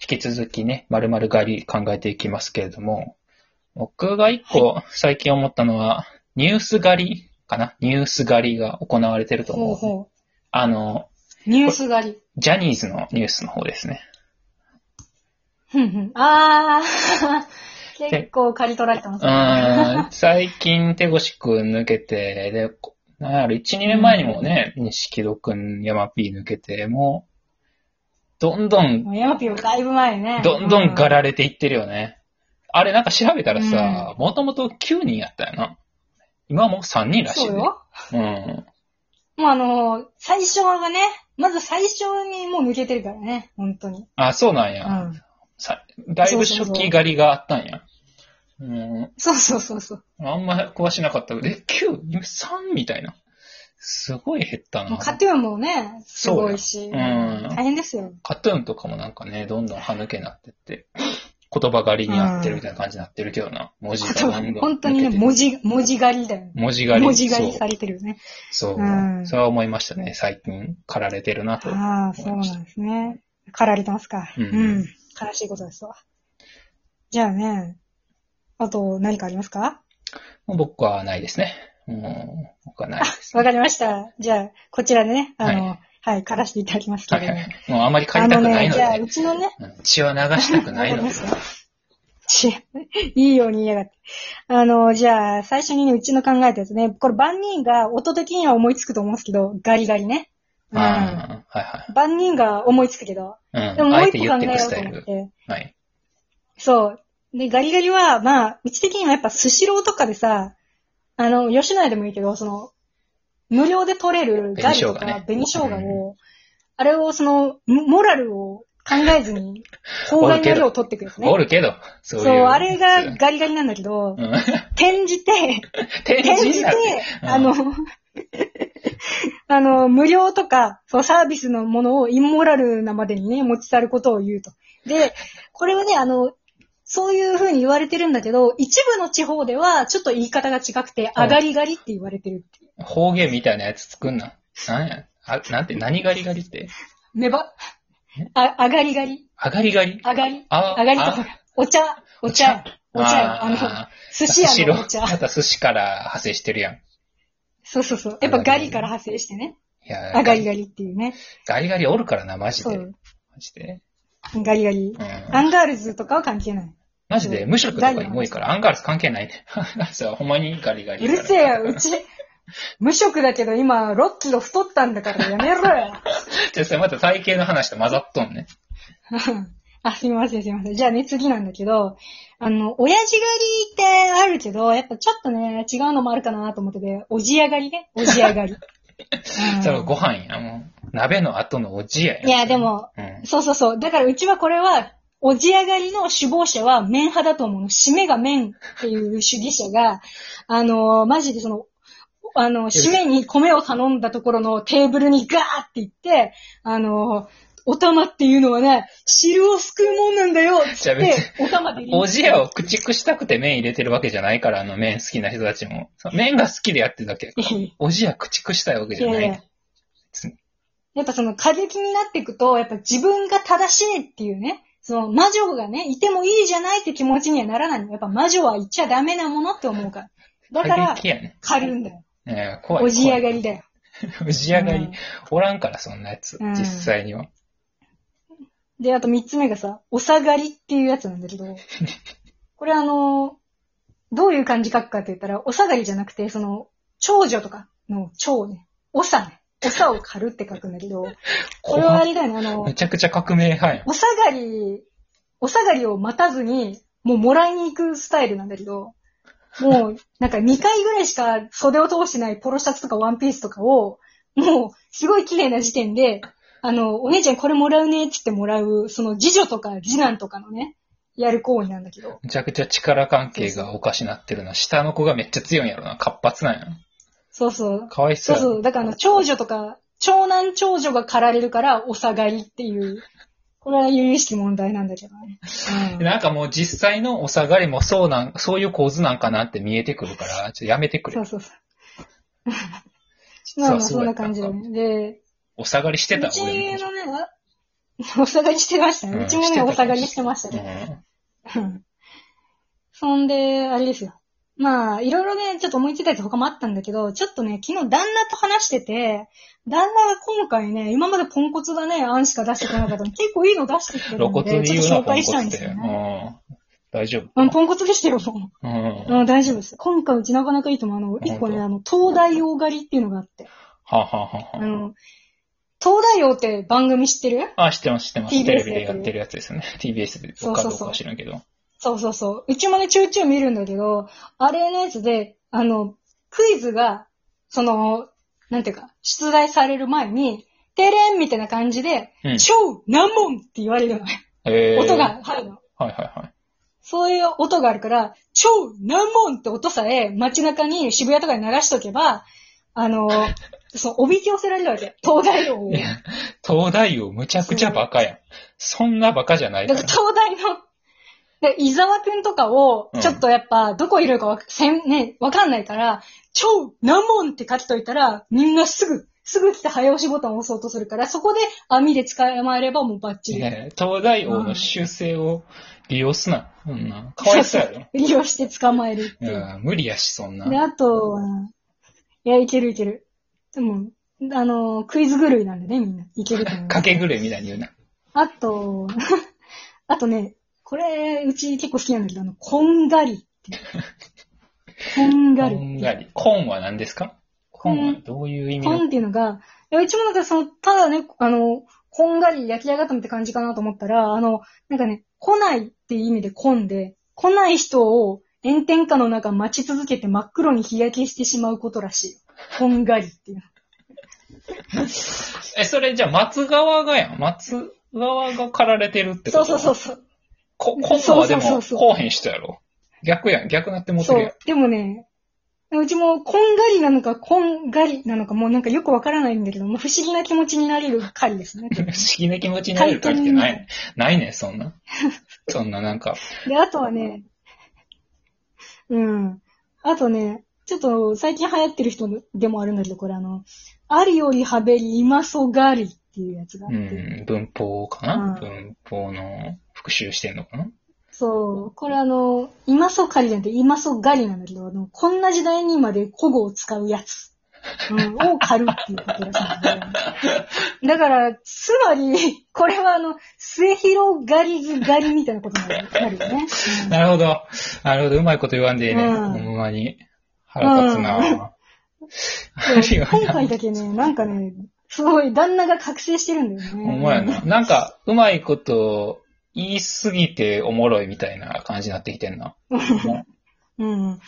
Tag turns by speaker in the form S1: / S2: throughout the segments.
S1: 引き続きね、まるまる狩り考えていきますけれども、僕が一個最近思ったのは、ニュース狩りかなニュース狩りが行われてると
S2: ほう
S1: 思う。
S2: ほ
S1: あの、
S2: う。ニュース狩り。
S1: ジャニーズのニュースの方です ね。
S2: ふんふん。あー。結構刈り取られてます
S1: う
S2: ね。
S1: ーん、最近手越くん抜けて、で、こなんやろ、1、2年前にもね、錦戸くん、山 P 抜けて、もう、どんどん、
S2: もうヤマピーもだいぶ前ね。
S1: どんどんが
S2: ラ
S1: られていってるよね。あれなんか調べたらさ、もともと9人やったよな。今はもう3人らしい
S2: そう
S1: ね。
S2: よ。
S1: うん。
S2: もうあのー最初はね、まず最初にもう抜けてるからね、本当に。
S1: あ、そうなん
S2: う
S1: や。
S2: ん。
S1: さだいぶ
S2: そうそ
S1: 初
S2: うそう
S1: 期狩りがあったんや。うん。
S2: そうそうそうそう。
S1: あんま詳しなかったけど、え、9、今3みたいな。すごい減った
S2: もう
S1: な。
S2: カトゥーンもね、すごいし。
S1: そうようん
S2: 大変ですよ。
S1: カトゥーンとかもなんかね、どんどん歯抜けになってって、言葉狩りになってるみたいな感じになってるけどな。文字がどんどん抜けてる。
S2: 本当にね、文字、文字狩りだよね。
S1: 文字狩り。
S2: 文字狩り
S1: そう
S2: されてるよね。
S1: そう、
S2: うん
S1: それは思いましたね。最近、駆られてるなと。
S2: ああ、そうなんですね。駆られてますか。
S1: う
S2: うんん。悲しいことですわ。じゃあね、あと何かありますか
S1: 僕はないですね。もう、僕はないです、
S2: わかりました。じゃあ、こちらでね、あの、
S1: は
S2: はい、駆らしていただきますけ
S1: は
S2: れ
S1: い
S2: ど
S1: は
S2: も。
S1: い。もうあまり借
S2: あ
S1: りた
S2: の
S1: くない
S2: ね、
S1: の
S2: じ
S1: で、
S2: ゃあ、うちのね、
S1: うん血は流したく
S2: わ
S1: な
S2: か
S1: い
S2: り
S1: ので
S2: ま。すよ。ち、 いいように言いやがって。あの、じゃあ、最初にね、うちの考えたやつね、これ万人が音的には思いつくと思うんですけど、ガリガリね。うん。
S1: ああ、はい
S2: 万人が思いつくけど、
S1: はい。
S2: で
S1: う
S2: も
S1: ん。
S2: も
S1: あ
S2: う
S1: え
S2: 一
S1: て
S2: 個
S1: 言っ
S2: 考
S1: て
S2: え
S1: いく
S2: よ
S1: ス
S2: う
S1: タ
S2: と
S1: イ
S2: 思っ
S1: ル。
S2: て。
S1: はい。
S2: そう。で、ガリガリは、まあ、うち的にはやっぱスシローとかでさ、あの、吉野家でもいいけど、その、無料で取れるガリとか
S1: 紅
S2: 紅
S1: 生
S2: 生
S1: 姜
S2: 姜
S1: ね
S2: を、あれをその、モモラルを考 えずに、法外な量を取ってくるよね。
S1: おるけど、そういう。
S2: そう、あ れがガリガリなんだけど、
S1: うん。
S2: 転じて、
S1: 天
S2: 転
S1: 神
S2: じて
S1: なんて、うん
S2: あの、 あの、無料とか、そう、サービスのものをインモラルなまでにね、持ち去ることを言うと。で、これはね、あの、そういう風に言われてるんだけど、一部の地方ではちょっと言い方が違く
S1: う
S2: て、
S1: ん
S2: あがりがりって言われてるっていう。
S1: 方言みたいなやつ作んな。なんや。あ、なんて、何ガリガリって。
S2: めば、あ、あがりがり、
S1: あがりガリ
S2: あがり、
S1: あ
S2: あがりと
S1: あ
S2: か、お茶、お茶、お茶よ、あの、
S1: あ
S2: 寿司屋
S1: ろ
S2: のお茶。
S1: また寿司から派生してるやん。い
S2: そうそうそう。やっぱガリから派生してね。
S1: や
S2: あがりがりっていうね。
S1: ガリガリおるからな、マジ
S2: そ
S1: で。
S2: う。
S1: マジで。
S2: ガリガリ
S1: う。ん。
S2: アンガールズとかは関係ない。
S1: マジで、無職とかにもいいから、アンガールズ関係ないね。 アンガールズはほんまにガリガリ
S2: う
S1: やから。
S2: るせえよ、うち。無職だけど今、6キロ太ったんだからやめろよ。
S1: じゃあそれまた体型の話と混ざっとんね。
S2: あ、すみません、すみません。じゃあね、次なんだけど、あの、親父狩りってあるけど、やっぱちょっとね、違うのもあるかなと思ってて、おじや狩りね。おじや狩り。うん
S1: それご飯や、もう。鍋の後のおじやや。
S2: いや、でも、
S1: うん。
S2: そうそうそう。だからうちはこれは、おじやがりの首謀者は麺派だと思うの。締めが麺っていう主義者が、 あのーマジでその、あの、締めに米を頼んだところのテーブルにガーって言って、あのーお玉っていうのはね、汁をすくうもんなんだよつっ
S1: いや別
S2: て、お玉で
S1: おじや
S2: を。
S1: を駆逐したくて麺入れてるわけじゃないから、あの麺好きな人たちも。そう麺が好きでやってるだけや から。
S2: い
S1: おじや駆逐したいわけじゃ
S2: や
S1: ないい。
S2: ややっぱその過激になっていくと、やっぱ自分が正しいっていうね、その魔女がね、いてもいいじゃないって気持ちにはならないの。やっぱ魔女は言っちゃダメなものって思うから。だから
S1: 過、激やね。
S2: 狩るんだよ。
S1: ええ怖い。
S2: おじやが
S1: り。
S2: りだよ。
S1: おじやが
S2: う
S1: り
S2: ん。
S1: おらんから、そんなやつ。
S2: うん
S1: 実際には。
S2: で、あと三つ目がさ、お下がりっていうやつなんだけ ど、これあの、どういう漢字書くかって言ったら、お下がりじゃなくて、その、長女とかの長ね、おさね、おさを狩るって書くんだけど、これはあ
S1: 怖い
S2: れだよね、あの
S1: め、ちゃくちゃ革命派やん。
S2: お下がり、お下がりを待たずに、もうもらいに行くスタイルなんだけど、もう、なんか2回ぐらいしか袖を通してないポロシャツとかワンピースとかを、もう、すごい綺麗な時点で、あの、お姉ちゃんこれもらうねって言ってもらう、その次女とか次男とかのね、やる行為なんだけど。
S1: めちゃくちゃ力関係がおかしなってるな。下の子がめっちゃ強いんやろな。活発なんやな。
S2: そうそう。
S1: かわいそ
S2: そうう
S1: やな。
S2: そう。だからあの、長女とか、長男長女が駆られるから、お下がりっていう、これは由々しき問題なんだけどね。うん
S1: なんかもう実際のお下がりもそうなん、そういう構図なんかなって見えてくるから、ちょっとやめてく
S2: そ
S1: れ
S2: う。そうそう。
S1: 実
S2: まあ
S1: は
S2: まあ、
S1: す
S2: そ
S1: ご
S2: ん
S1: い
S2: な感じだね。で、
S1: お下がりしてた
S2: うち
S1: 俺も。
S2: のね、わお下がりしてましたね。
S1: うん
S2: うちも
S1: してた
S2: ね、お下がりしてましたね。
S1: ね。
S2: うんそんで、あれですよ。まあ、いろいろね、ちょっと思いついたやつ他もあったんだけど、ちょっとね、昨日旦那と話してて、旦那が今回ね、今までポンコツだね、案しか出してこなかったの、結構いいの出してきて
S1: 露
S2: るの
S1: 骨
S2: で、
S1: に
S2: ちょっ
S1: 言う
S2: と
S1: な、
S2: 紹
S1: ポン
S2: 介した
S1: コ
S2: いん
S1: ツっ
S2: です
S1: て。
S2: よ
S1: う
S2: ね。
S1: ん。大丈夫。
S2: うん、ポンコツでしたよ、も
S1: う
S2: う。
S1: ん。
S2: うん、大丈夫です。今回うちなかなかいいと思う。あの、一個ね、あの、東大王狩りっていうのがあって。
S1: はあ、はあはあ
S2: あ
S1: は
S2: の、東大王って番組知ってる
S1: あ、あ、知ってます、知ってます。
S2: TBS
S1: テレビでやってるやつですね。TBS で
S2: そう
S1: か
S2: そ
S1: どう
S2: うそう
S1: かは知らんけど。
S2: そうそうそう。うちもね、ちょいちょい見るんだけど、あれのやつで、あの、クイズが、その、なんていうか、出題される前に、てれんみたいな感じで、
S1: うん
S2: 超難問って言われるの。
S1: えー
S2: 音
S1: はい
S2: が入るの。
S1: はいはい。
S2: そういう音があるから、超難問って音さえ街中に渋谷とかに流しとけば、あの、その、おびき寄せられるわけ。東大王を。
S1: いや、東大王むちゃくちゃバカやん。そんなバカじゃないか
S2: だ
S1: ら
S2: から。東大の、で、伊沢くんとかを
S1: うん、
S2: ちょっとやっぱ、どこいるかわか、せん、ね、わかんないから、超難問って書きといたら、みんなすぐ、すぐ来て早押しボタンを押そうとするから、そこで網で捕まえればもうバッチリ。
S1: ねえ東大王の習性を利用すな。そんな。かわいそうやろ。
S2: 利用して捕まえるっていう。
S1: うん、無理やし、そんな。
S2: で、あとは、いや、いけるいける。でも、あの、クイズ狂いなんでね、みんな。いけると思います
S1: かけぐれみたいに言うな。
S2: あと、 あとね、これ、うち結構好きなんだけど、あの、こんがりっていう。こん
S1: こ
S2: がりっていうん
S1: がり。コンは何ですかコンはどういう意味
S2: こん
S1: の
S2: っていうのが、いや、うちもなんかその、ただね、あの、こんがり焼き上がったみたいな感じかなと思ったら、あの、なんかね、来ないっていう意味でこんで、来ない人を炎天下の中待ち続けて真っ黒に日焼けしてしまうことらしいよ。こんがりっていう。
S1: え、それじゃあ松川がやん。松川が駆られてるってこ
S2: そ
S1: と
S2: うそうそうそう。
S1: こ、コンはで
S2: そうそ
S1: も、
S2: うそうそう
S1: こうへん人やろ。逆やん。逆なってもって
S2: そ
S1: るやん
S2: う。。でもね、うちも、こんがりなのか、こんがりなのか、もうなんかよくわからないんだけど、もう不思議な気持ちになれる狩りで すね。
S1: 不思議な気持ちになれるかってない。ないねん、そん な。そんななんか。
S2: で、あとはね、うん。あとね、ちょっと最近流行ってる人でもあるんだけど、これあの、あるよりはべり、今そがりっていうやつがあっ
S1: う
S2: て、
S1: ん、文法かな、
S2: うん
S1: 文法の復習してんのかな
S2: そう、これあの、今そかりじゃなくて、今そがりなんだけど、あの、こんな時代にまで古語を使うやつ。 うん、を狩るっていうことらしいんだよねだから、つまり、これはあの、末広がりずがりみたいなことになるなるよね。うん
S1: なるほど。なるほど。うまいこと言わんでいいね。
S2: うん
S1: ほんまに。腹立つな、
S2: う
S1: あ
S2: ん
S1: るよ
S2: 今
S1: な。
S2: 回だけね、なんかね、すごい旦那が覚醒してるんだよね。
S1: ほんまやな。なんか、うまいこと言いすぎておもろいみたいな感じになってきてんな。
S2: うん。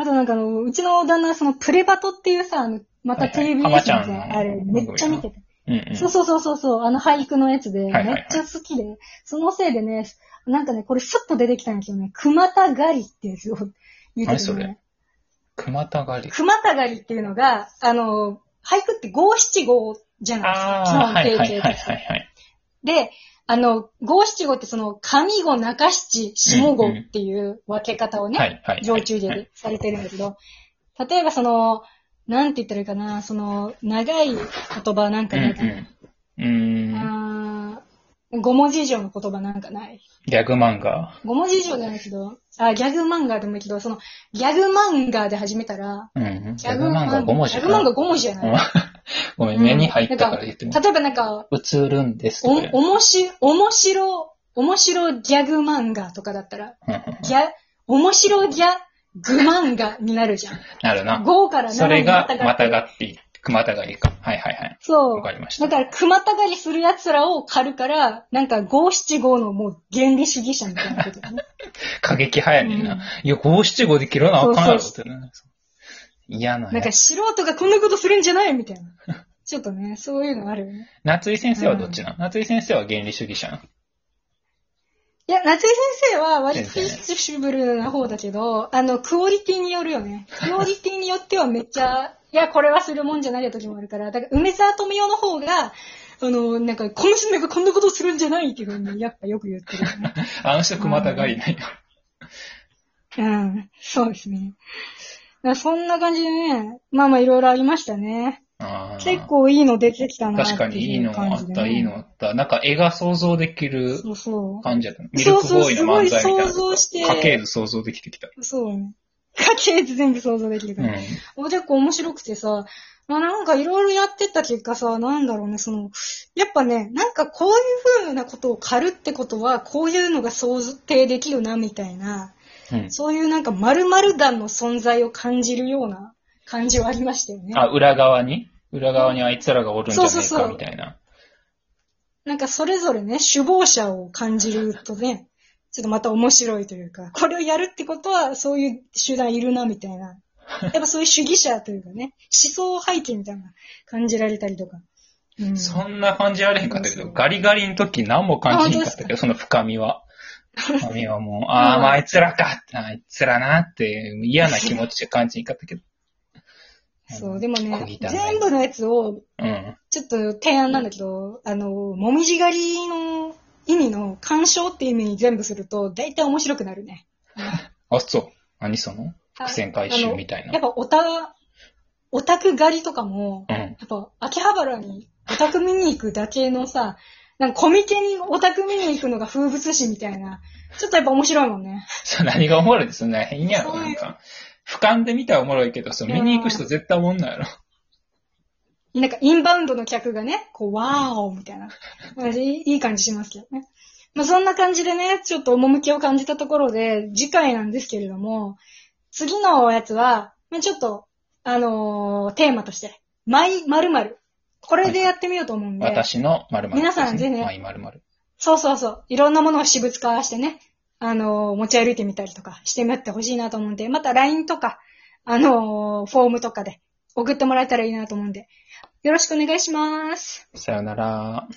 S2: あとなんかあの、うちの旦那はそのプレバトっていうさ、あの、またテレビ
S1: はいはい
S2: さ、
S1: 浜ちゃんの
S2: あれ、めっちゃ見てて。
S1: うんうん。
S2: そうそうそうそうそう、あの俳句のやつで、
S1: いはいはい
S2: めっちゃ好きで、そのせいでね、なんかね、これスッと出てきたんだけどね、熊田狩りってやつを言うて
S1: 何
S2: た
S1: そ
S2: のね
S1: れ熊田狩り。
S2: 熊田狩りっていうのが、あの、俳句って五七五じゃないですか。
S1: ああ、はいはい
S2: 基
S1: はい
S2: 本定型
S1: は
S2: と
S1: い
S2: して
S1: はい。
S2: で、あの、五七五ってその、上五、中七、下五っていう分け方をね、
S1: はいはい。
S2: 常駐でされてるんだけど、例えばその、なんて言ったらいいかな、その、長い言葉なん
S1: う
S2: か
S1: ん
S2: ないかな。
S1: うん。うん。
S2: あー5文字以上の言葉なんかない。
S1: ギャグ漫画。
S2: 5文字以上じゃないけど、あ、ギャグ漫画でもいいけど、その、ギャグ漫画で始めたら、
S1: うん。ギャグ漫画5文字
S2: ギ
S1: か
S2: ャグ漫画5文字じゃない。
S1: ごめん、目に入ったから言ってみ
S2: 例えばなんか、
S1: うつるんです
S2: お、
S1: とかや
S2: おもし、おもしろ、おもしろギャグ漫画とかだったら、
S1: うんうん
S2: ギャ、おもしろギャグ漫画になるじゃん。
S1: なるな。
S2: 5から7
S1: それ
S2: に
S1: が、
S2: ま
S1: またがって、熊田狩りか。はいはいはい。
S2: そう
S1: わか。りまし
S2: だ
S1: た。
S2: から、熊たがりする奴らを狩るから、なんか、五七五のもう原理主義者みたいなことだね。
S1: 過激派やねん
S2: うん
S1: な。いや、五七五で切らなあかんやろ
S2: そ
S1: ってな。嫌な
S2: なん
S1: や
S2: か、
S1: つ。
S2: 素人がこんなことするんじゃないみたいな。 ちょっとね、そういうのあるよね。
S1: 夏井先生はどっちなの夏井先生は原理主義者なの
S2: いや、夏井先生は割とフィッシュブルな方だけど、あの、クオリティによるよね。クオリティによってはめっちゃ、 いや、これはするもんじゃないよ時もあるから、だから、梅沢富美男の方が、あの、なんか、この人なんかこんなことするんじゃないっていうふうに、やっぱよく言ってるよ ね。
S1: あの人熊田狩りなんや。
S2: うん、そうですね。だからそんな感じでね、まあまあいろいろありましたね。
S1: あー
S2: 結構いいの出てきたなって
S1: 確
S2: いう
S1: か
S2: 感じ
S1: に
S2: で、ね。
S1: いいのあった、いいのあった。なんか絵が想像できる
S2: そうそう。
S1: 感じだった。ミル
S2: そう
S1: ク
S2: そう、
S1: ボーイ
S2: す
S1: の
S2: ご
S1: 漫
S2: い
S1: 才みたい
S2: 想
S1: な。
S2: 像して。
S1: 家系図想像できてきた。
S2: そうね。家系図全部想像できる
S1: う
S2: か
S1: ん。
S2: ら。もう結構面白くてさ、まあなんかいろいろやってった結果さ、なんだろうね、その、やっぱね、なんかこういう風なことを狩るってことは、こういうのが想定できるな、みたいな、
S1: うん。
S2: そういうなんか〇〇団の存在を感じるような感じはありましたよね。
S1: あ、裏側に裏側にあいつらがおるんじゃね
S2: そう
S1: え
S2: そうそ
S1: か、
S2: う
S1: みたいな。
S2: なんかそれぞれね、首謀者を感じるとね、ちょっとまた面白いというか、これをやるってことは、そういう集団いるな、みた いな。やっぱそういう主義者というかね、思想背景みたいなのが感じられたりとか。うん、
S1: そんな感じあれへんかったけ
S2: そ
S1: ど、
S2: うそう
S1: ガリガリの時何も感じへんかったけど、その深み は。深みはもう、ああ、まああいつらか、あいつらなって、嫌な気持ち感じへんかったけ ど。
S2: そう、でも
S1: 小
S2: ね、
S1: 汚い
S2: 全部のやつを、
S1: うん。
S2: ちょっと提案なんだけど、あの、もみじ狩りの意味の鑑賞っていう意味に全部すると、大体面白くなるね。
S1: あ、そう。何その
S2: あ
S1: 伏線回収みたい
S2: や
S1: な
S2: っ。ぱオタ、オタク狩りとかも、
S1: うん。
S2: やっぱ、秋葉原にオタク見に行くだけのさ、なんかコミケにオタク見に行くのが風物詩みたいな、ちょっとやっぱ面白いもんね。
S1: そう、何がおもろいですね。変やろ、
S2: そういう
S1: なんか。俯瞰で見たらおもろいけど、そう、見に行く人絶対おもんないやろ。
S2: なんかインバウンドの客がね、こう、ワーオみたいな。まあいいいい感じしますけどね。まあそんな感じでね、ちょっと趣を感じたところで、次回なんですけれども、次のやつは、まあちょっと、あのーテーマとして、マイ〇〇。これでやってみようと思うんで。
S1: 私の〇〇です、
S2: 皆さんぜひね
S1: まあ、〇〇。
S2: そうそうそう。いろんなものを私物化してね、あのー持ち歩いてみたりとかしてみってほしいなと思うんで、また LINE とか、あのーフォームとかで送ってもらえたらいいなと思うんで、よろしくお願いします。
S1: さよなら。